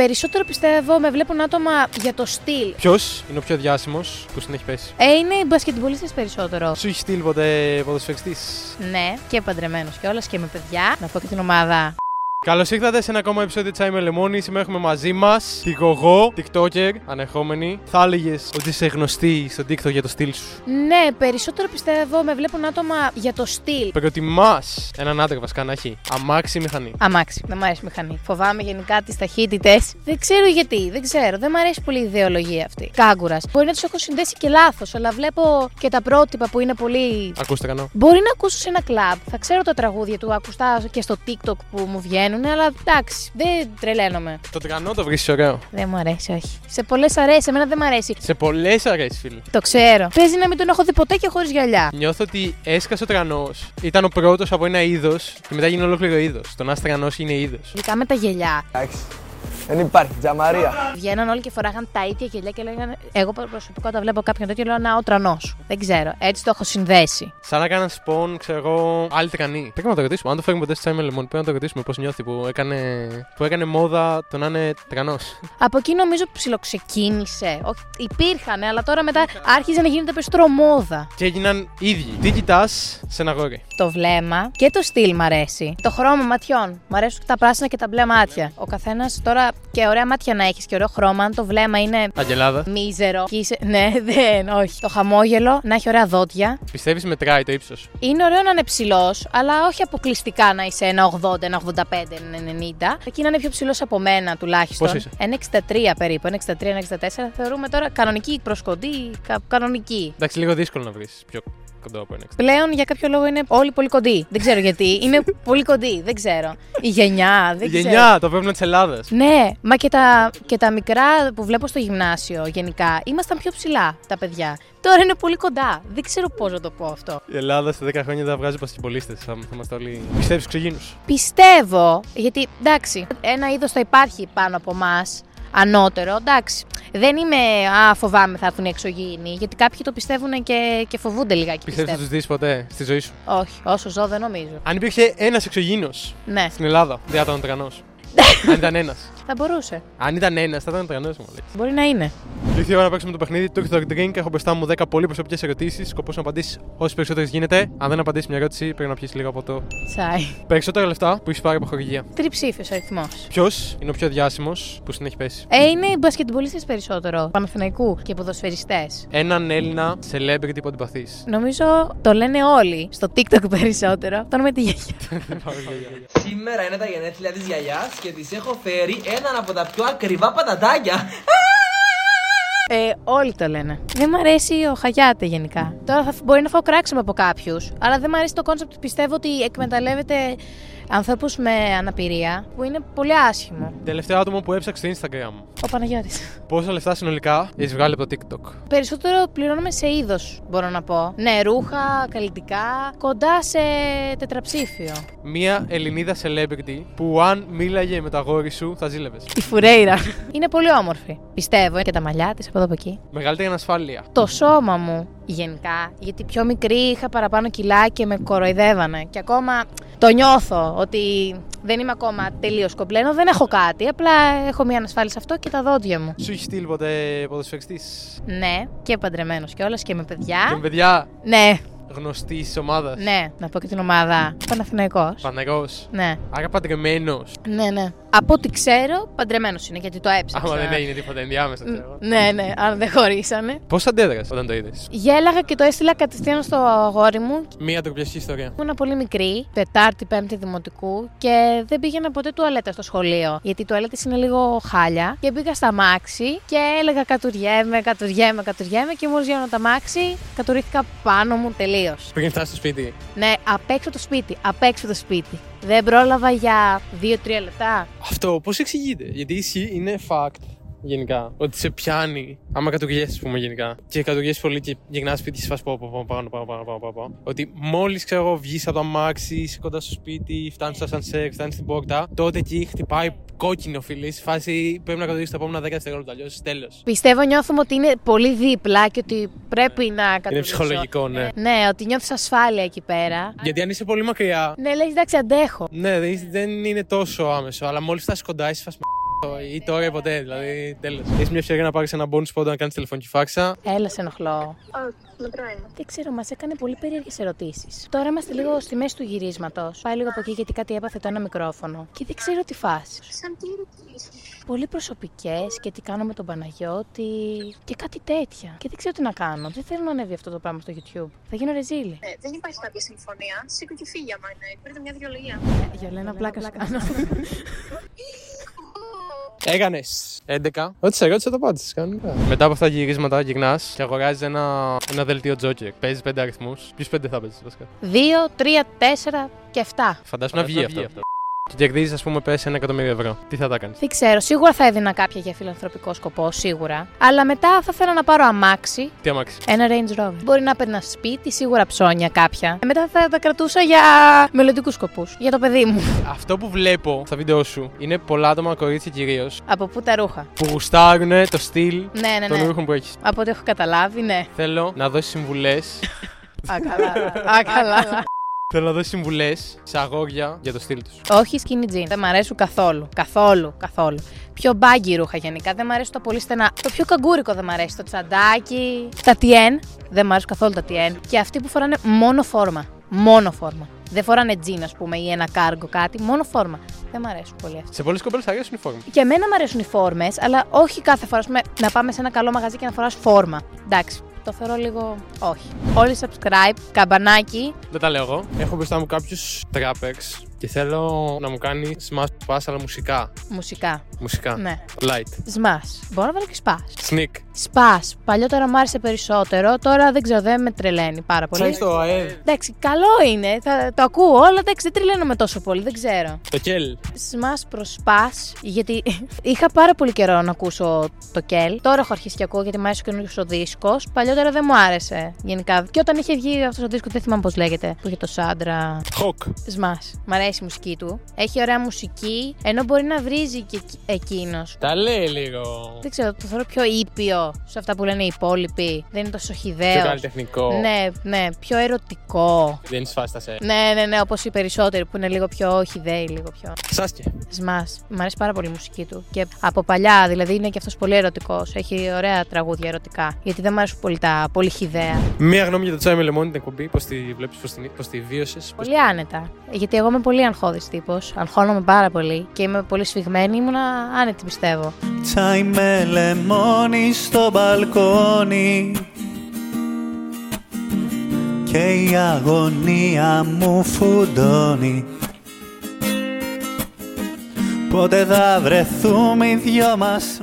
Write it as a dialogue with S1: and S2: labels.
S1: Περισσότερο πιστεύω με βλέπουν άτομα για το στυλ.
S2: Ποιος είναι ο πιο διάσημος που στην έχει πέσει.
S1: Ε, είναι οι μπασκετμπολίστες περισσότερο.
S2: Σου έχει στείλει ποτέ ποδοσφαιριστής.
S1: Ναι, και παντρεμένος κιόλας και με παιδιά. Να πω και την ομάδα.
S2: Καλώς ήρθατε σε ένα ακόμα επεισόδιο Τσάι με Λεμόνι. Σήμερα έχουμε μαζί μας τη Γογό, TikToker, ανεχόμενη. Θα έλεγες ότι είσαι γνωστή στο TikTok για το στυλ σου.
S1: Ναι, περισσότερο πιστεύω με βλέπουν άτομα για το στυλ.
S2: Προτιμάς έναν άντρα βασικά να έχει αμάξι ή μηχανή.
S1: Αμάξι, δεν μου αρέσει η μηχανή. Φοβάμαι γενικά τις ταχύτητες. Δεν ξέρω γιατί, δεν ξέρω. Δεν μου αρέσει πολύ η ιδεολογία αυτή. Κάγκουρας. Μπορεί να του έχω συνδέσει και λάθος, αλλά βλέπω και τα πρότυπα που είναι πολύ.
S2: Ακούστε κανό.
S1: Μπορεί να ακούσω σε ένα κλαμπ. Θα ξέρω τα τραγούδια του, ακουστά και στο TikTok που μου βγαίνουν, αλλά εντάξει, δεν τρελαίνομαι.
S2: Το τρανό το βρίσκει ωραίο.
S1: Δεν μου αρέσει, όχι. Σε πολλές αρέσει, εμένα δεν μου αρέσει.
S2: Σε πολλές αρέσει, φίλε.
S1: Το ξέρω. Παίζει να μην τον έχω δει ποτέ και χωρίς γυαλιά.
S2: Νιώθω ότι έσκασε ο τρανό. Ήταν ο πρώτος από ένα είδος και μετά γίνει ολόκληρο είδος. Το να είσαι τρανός είναι είδος.
S1: Ειδικά με τα γυαλιά.
S3: Εντάξει. Δεν υπάρχει τζαμαρία.
S1: Βγαίναν όλοι και φοράγαν τα ίδια γυαλιά και λέγανε. Εγώ προσωπικά όταν βλέπω κάποιον τέτοιο λέω Να, ο τρανός. Δεν ξέρω. Έτσι το έχω συνδέσει.
S2: Σαν να έκανα σπον, ξέρω εγώ, άλλη τεκανή. Πρέπει να το ρωτήσουμε. Αν το φέρουμε ποτέ στο Τσάι με Λεμόνι, πρέπει να το ρωτήσουμε πώς νιώθει που έκανε, που έκανε μόδα το να είναι τρανός.
S1: Από εκεί νομίζω που ψιλοξεκίνησε. Όχι, υπήρχαν, αλλά τώρα μετά άρχιζε να γίνεται περισσότερο μόδα.
S2: Και έγιναν ίδιοι. Τι κοιτάς σε ένα γόρι.
S1: Το βλέμμα και το στυλ μ' αρέσει. Το χρώμα ματιών. Μ' αρέσουν τα πράσινα και τα μπλε μάτια. Ο καθένας τώρα και ωραία μάτια να έχεις και ωραίο χρώμα. Αν το βλέμμα είναι
S2: Αγελάδα.
S1: μίζερο. Και είσαι... Ναι, δεν, όχι. Το χαμόγελο να έχει ωραία δόντια.
S2: Πιστεύεις μετράει το ύψος.
S1: Είναι ωραίο να είναι ψηλός, αλλά όχι αποκλειστικά να είσαι ένα 80, ένα 85, ένα 90. Εκεί να είναι πιο ψηλός από μένα τουλάχιστον.
S2: Πώς είσαι?
S1: Ένα 63 περίπου, ένα 63, ένα 64. Θεωρούμε τώρα κανονική προσκοντή, κα- κανονική.
S2: Εντάξει, λίγο δύσκολο να βρεις πιο κοντό από ένα.
S1: Πλέον για κάποιο λόγο είναι όλοι πολύ κοντοί. Δεν ξέρω γιατί. Είναι πολύ κοντοί. Δεν ξέρω. Η γενιά,
S2: Η
S1: δεν ξέρω.
S2: γενιά, το βέβαιο τη Ελλάδα.
S1: Ναι, μα και τα, και τα μικρά που βλέπω στο γυμνάσιο γενικά ήμασταν πιο ψηλά τα παιδιά. Τώρα είναι πολύ κοντά. Δεν ξέρω πώς να το πω αυτό.
S2: Η Ελλάδα σε 10 χρόνια θα βγάζει πασχημπολίστε. Θα, θα είμαστε όλοι. Πιστεύει ξεγίνους.
S1: Πιστεύω, γιατί εντάξει, ένα είδος θα υπάρχει πάνω από εμά, ανώτερο, εντάξει. Δεν είμαι, α, φοβάμαι θα έρθουν οι εξωγήινοι, γιατί κάποιοι το πιστεύουν και, και φοβούνται λιγάκι.
S2: Πιστεύεις να του
S1: Πιστεύω.
S2: δεις ποτέ στη ζωή σου.
S1: Όχι, όσο ζω δεν νομίζω.
S2: Αν υπήρχε ένας εξωγήινος
S1: Ναι,
S2: στην Ελλάδα, δεν θα ήταν τρανός. Αν ήταν ένας.
S1: θα μπορούσε. Αν
S2: Αν ήταν ένας, θα ήταν τρανό, μου λέει.
S1: Μπορεί να είναι.
S2: Ήρθε η ώρα να παίξουμε το παιχνίδι του Talk Drink. Έχω μπροστά μου 10 πολύ προσωπικές ερωτήσεις. Σκοπός να απαντήσεις όσες περισσότερες γίνεται. Αν δεν απαντήσεις μια ερώτηση, πρέπει να πιεις λίγο από το.
S1: Τσάι.
S2: Περισσότερα λεφτά που έχεις πάρει από χορηγία.
S1: Τριψήφιος αριθμός.
S2: Ποιος είναι ο πιο διάσημος που στην έχει πέσει.
S1: Ε, είναι οι μπασκετμπολίστες περισσότερο. Παναθηναϊκού και ποδοσφαιριστές.
S2: Έναν Έλληνα celebrity που αντιπαθείς.
S1: Νομίζω το λένε όλοι. Στο TikTok περισσότερο. Τον με τη γιαγιά.
S4: Σήμερα είναι τα γενέθλια της γιαγιάς και της έχω φέρει έναν από τα πιο ακριβά πατατάκια.
S1: Ε, όλοι το λένε. Δεν μ' αρέσει ο Χαγιάτε γενικά. Τώρα θα, φ- μπορεί να φάω κράξιμο από κάποιους, αλλά δεν μ' αρέσει το κόνσεπτ. Πιστεύω ότι εκμεταλλεύεται ανθρώπους με αναπηρία, που είναι πολύ άσχημο.
S2: Τελευταίο άτομο που έψαξε στο Instagram.
S1: Ο Παναγιώτης.
S2: Πόσα λεφτά συνολικά έχεις βγάλει από το TikTok.
S1: Περισσότερο πληρώνουμε σε είδος, μπορώ να πω. Ναι, ρούχα, καλλιτικά, κοντά σε τετραψήφιο.
S2: Μία Ελληνίδα celebrity που αν μίλαγε με τα γόρι σου θα ζήλευες.
S1: Η Φουρέιρα. είναι πολύ όμορφη. Πιστεύω. Και τα μαλλιά της από εδώ από εκεί.
S2: Μεγαλύτερη ανασφάλεια.
S1: το σώμα μου γενικά, γιατί πιο μικρή είχα παραπάνω κιλά και με κοροϊδεύανε. Και ακόμα το νιώθω ότι δεν είμαι ακόμα τελείως κομπλένο, δεν έχω κάτι. Απλά έχω μια ανασφάλεια σε αυτό και τα δόντια μου.
S2: Σου έχει στείλει ποτέ ποδοσφαιριστής.
S1: Ναι, και παντρεμένος κιόλας και με
S2: Και με
S1: παιδιά.
S2: παιδιά
S1: Ναι,
S2: γνωστή ομάδας.
S1: ναι, να πω και την ομάδα. Παναθηναϊκός.
S2: Πανεγό.
S1: Ναι.
S2: Άρα παντρεμένο.
S1: Ναι, ναι. Από ό,τι ξέρω, παντρεμένος είναι γιατί το έψαξα.
S2: Άμα δεν έγινε τίποτα ενδιάμεσα, ξέρω.
S1: Ναι, ναι, αν δεν χωρίσανε.
S2: Πώς αντέδρασε όταν το είδες.
S1: Γέλαγα και το έστειλα κατευθείαν στο αγόρι μου
S2: Μία τροπιαστική ιστορία.
S1: Ήμουν πολύ μικρή, Τετάρτη, Πέμπτη Δημοτικού και δεν πήγαινα ποτέ τουαλέτα στο σχολείο. Γιατί οι τουαλέτες είναι λίγο χάλια. Και μπήκα στα μάξι και έλεγα κατουριέμαι, κατουριέμαι, κατουριέμαι. Και μόλι γίνω τα μάξι, κατουρίχτηκα πάνω μου τελείως.
S2: Πριν φτάσεις στο σπίτι.
S1: Ναι, απ' έξω το σπίτι, απ' έξω το σπίτι. Δεν πρόλαβα για 2-3 λεπτά.
S2: Αυτό πώς εξηγείται. Γιατί ισχύει είναι fact γενικά. Ότι σε πιάνει. Άμα κατουργιέσαι, ας πούμε, γενικά. Και κατουργιέσαι πολύ και γυρνάς σπίτι και σφασπώ. Πάω, πάω, πάω, πάω, πάω, πάω, πάω, πάω. Ότι μόλις ξέρω εγώ βγεις από το αμάξι, είσαι κοντά στο σπίτι, φτάνεις στο σανσέρ, φτάνεις στην πόρτα. Τότε εκεί χτυπάει κόκκινο φίλη. Φάση πρέπει να κατουργήσει τα επόμενα 10 δευτερόλεπτα. Αλλιώς τέλο.
S1: Πιστεύω νιώθουμε ότι είναι πολύ δίπλα και ότι πρέπει να κατουριέσω.
S2: Είναι ψυχολογικό, ναι.
S1: Ναι, ότι νιώθεις ασφάλεια εκεί πέρα.
S2: Γιατί αν είσαι πολύ μακριά,
S1: Ναι, λες, εντάξει, αντέχω.
S2: Ναι, δε- δεν είναι τόσο άμεσο, αλλά μόλις φτάσει κοντά, είσαι φασμα. Ή τώρα ή ποτέ, δηλαδή τέλος. Έχεις μια ευκαιρία να πάρεις ένα bonus πόντο να κάνεις τηλεφωνική φάξα.
S1: Έλα, σε ενοχλώ.
S5: Ω, μακρά είναι.
S1: Δεν ξέρω, μας έκανε πολύ περίεργες ερωτήσεις. Τώρα είμαστε λίγο στη μέση του γυρίσματος. Πάει λίγο από εκεί γιατί κάτι έπαθε το ένα μικρόφωνο. Και δεν ξέρω τι φάση.
S5: Σαν τι ερωτήσεις.
S1: Πολύ προσωπικές και τι κάνω με τον Παναγιώτη και κάτι τέτοια. Και δεν ξέρω τι να κάνω. Δεν θέλω να ανέβει αυτό το πράγμα στο YouTube. Θα γίνω ρεζίλη.
S5: Ε, δεν υπάρχει κάποια συμφωνία. Σήκω και φύγει άμα είναι. Παίρνετε μια βιολογία.
S1: Για λένα πλάκα σου κάνω.
S2: Έκανε 11. Ό,τι σε ρώτησα το απάντησες κανονικά. Μετά από αυτά τα γυρίσματα γυρνάς και αγοράζεις ένα, ένα δελτίο τζόκερ. Παίζεις 5 αριθμού. Ποιου 5 θα παίζεις βασικά.
S1: 2, 3, 4 και 7.
S2: Φαντάζομαι να βγει αυτό. Και κερδίζεις, ας πούμε, πε ένα εκατομμύριο ευρώ. Τι θα τα κάνεις.
S1: Δεν ξέρω, σίγουρα θα έδινα κάποια για φιλανθρωπικό σκοπό, σίγουρα. Αλλά μετά θα θέλω να πάρω αμάξι,
S2: Τι αμάξι.
S1: ένα Range Rover. Μπορεί να παίρνα σπίτι, σίγουρα ψώνια κάποια. Ε, Μετά θα τα κρατούσα για μελλοντικούς σκοπούς. Για το παιδί μου.
S2: Αυτό που βλέπω στα βίντεο σου είναι πολλά άτομα, κορίτσια κυρίως,
S1: Από πού τα ρούχα.
S2: που γουστάρουν το στυλ
S1: Ναι, ναι,
S2: των
S1: ναι.
S2: ρούχων που έχεις.
S1: Από ό,τι έχω καταλάβει, ναι.
S2: Θέλω να δώσεις συμβουλές.
S1: Α, καλά. Α, καλά.
S2: Θέλω να δώσει συμβουλέ σε αγόρια για το στυλ τους.
S1: Όχι skinny jeans. Δεν μ' αρέσουν καθόλου. Καθόλου, καθόλου. Πιο μπάγκι ρούχα γενικά. Δεν μ' αρέσουν τα πολύ στενά. Το πιο καγκούρικο δεν μ' αρέσει. Το τσαντάκι. Τα TN. Δεν μ' αρέσουν καθόλου τα TN. Και αυτοί που φοράνε μόνο φόρμα. Μόνο φόρμα. Δεν φοράνε τζιν, ας πούμε, ή ένα κάργο κάτι. Μόνο φόρμα. Δεν μ' αρέσουν πολύ αυτά.
S2: Σε πολλές κοπέλες αρέσουν οι φόρμα.
S1: Και εμένα μ' αρέσουν οι φόρμες, αλλά όχι κάθε φορά. ας πούμε, να πάμε σε ένα καλό μαγαζί και να φοράς φόρμα. Εντάξει, το θεωρώ λίγο. Όχι. Όλοι subscribe, καμπανάκι.
S2: Δεν τα λέω εγώ. Έχω μπροστά μου κάποιους τράπεξ και θέλω να μου κάνει smash pass, αλλά μουσικά.
S1: Μουσικά.
S2: Μουσικά.
S1: Ναι.
S2: Light.
S1: Σμα. Μπορώ να βάλω και σπα.
S2: Sneak.
S1: Σπα. Παλιότερα μου άρεσε περισσότερο. Τώρα δεν ξέρω, δεν με τρελαίνει πάρα πολύ.
S2: το ΑΕΔ.
S1: Εντάξει, καλό είναι. Θα, το ακούω, αλλά εντάξει, δεν τρελαίνομαι τόσο πολύ. Δεν ξέρω.
S2: Το κέλ.
S1: Σμα προ σπα. Γιατί είχα πάρα πολύ καιρό να ακούσω το κέλ. Τώρα έχω αρχίσει και ακούω γιατί μου άρεσε ο καινούριο ο δίσκος. Παλιότερα δεν μου άρεσε γενικά. Και όταν είχε βγει αυτός ο δίσκος, δεν θυμάμαι πώς λέγεται. Που είχε το Σάντρα.
S2: Χοκ.
S1: Σμα. Μ' αρέσει η μουσική του. Έχει ωραία μουσική, ενώ μπορεί να βρίζει και εκείνος.
S2: Τα λέει λίγο.
S1: Δεν ξέρω, το θεωρώ πιο ήπιο σε αυτά που λένε οι υπόλοιποι. Δεν είναι τόσο
S2: Πιο
S1: χιδαίο.
S2: καλλιτεχνικό.
S1: Ναι, ναι, πιο ερωτικό.
S2: Δεν είναι σφάστα σε.
S1: Ναι, ναι, ναι, όπως οι περισσότεροι που είναι λίγο πιο χιδαίοι, λίγο πιο.
S2: Σάσκε.
S1: Σμα. Μ' αρέσει πάρα πολύ η μουσική του. Και από παλιά, δηλαδή είναι και αυτός πολύ ερωτικός. Έχει ωραία τραγούδια ερωτικά. Γιατί δεν μ' αρέσουν πολύ τα πολύ χιδαία.
S2: Μία γνώμη για το τσάι με λεμόνι την εκπομπή. Πώς τη βλέπεις, πώς τη βίωσες.
S1: Πολύ άνετα. Γιατί εγώ είμαι πολύ αγχώδης τύπος. Αγχώνομαι πάρα πολύ και είμαι πολύ σφιγμένη. Ήμουνα άνετη, πιστεύω.
S6: Τσάι με λεμόνι στο μπαλκόνι και η αγωνία μου φουντώνει Πότε θα βρεθούμε οι δυο μας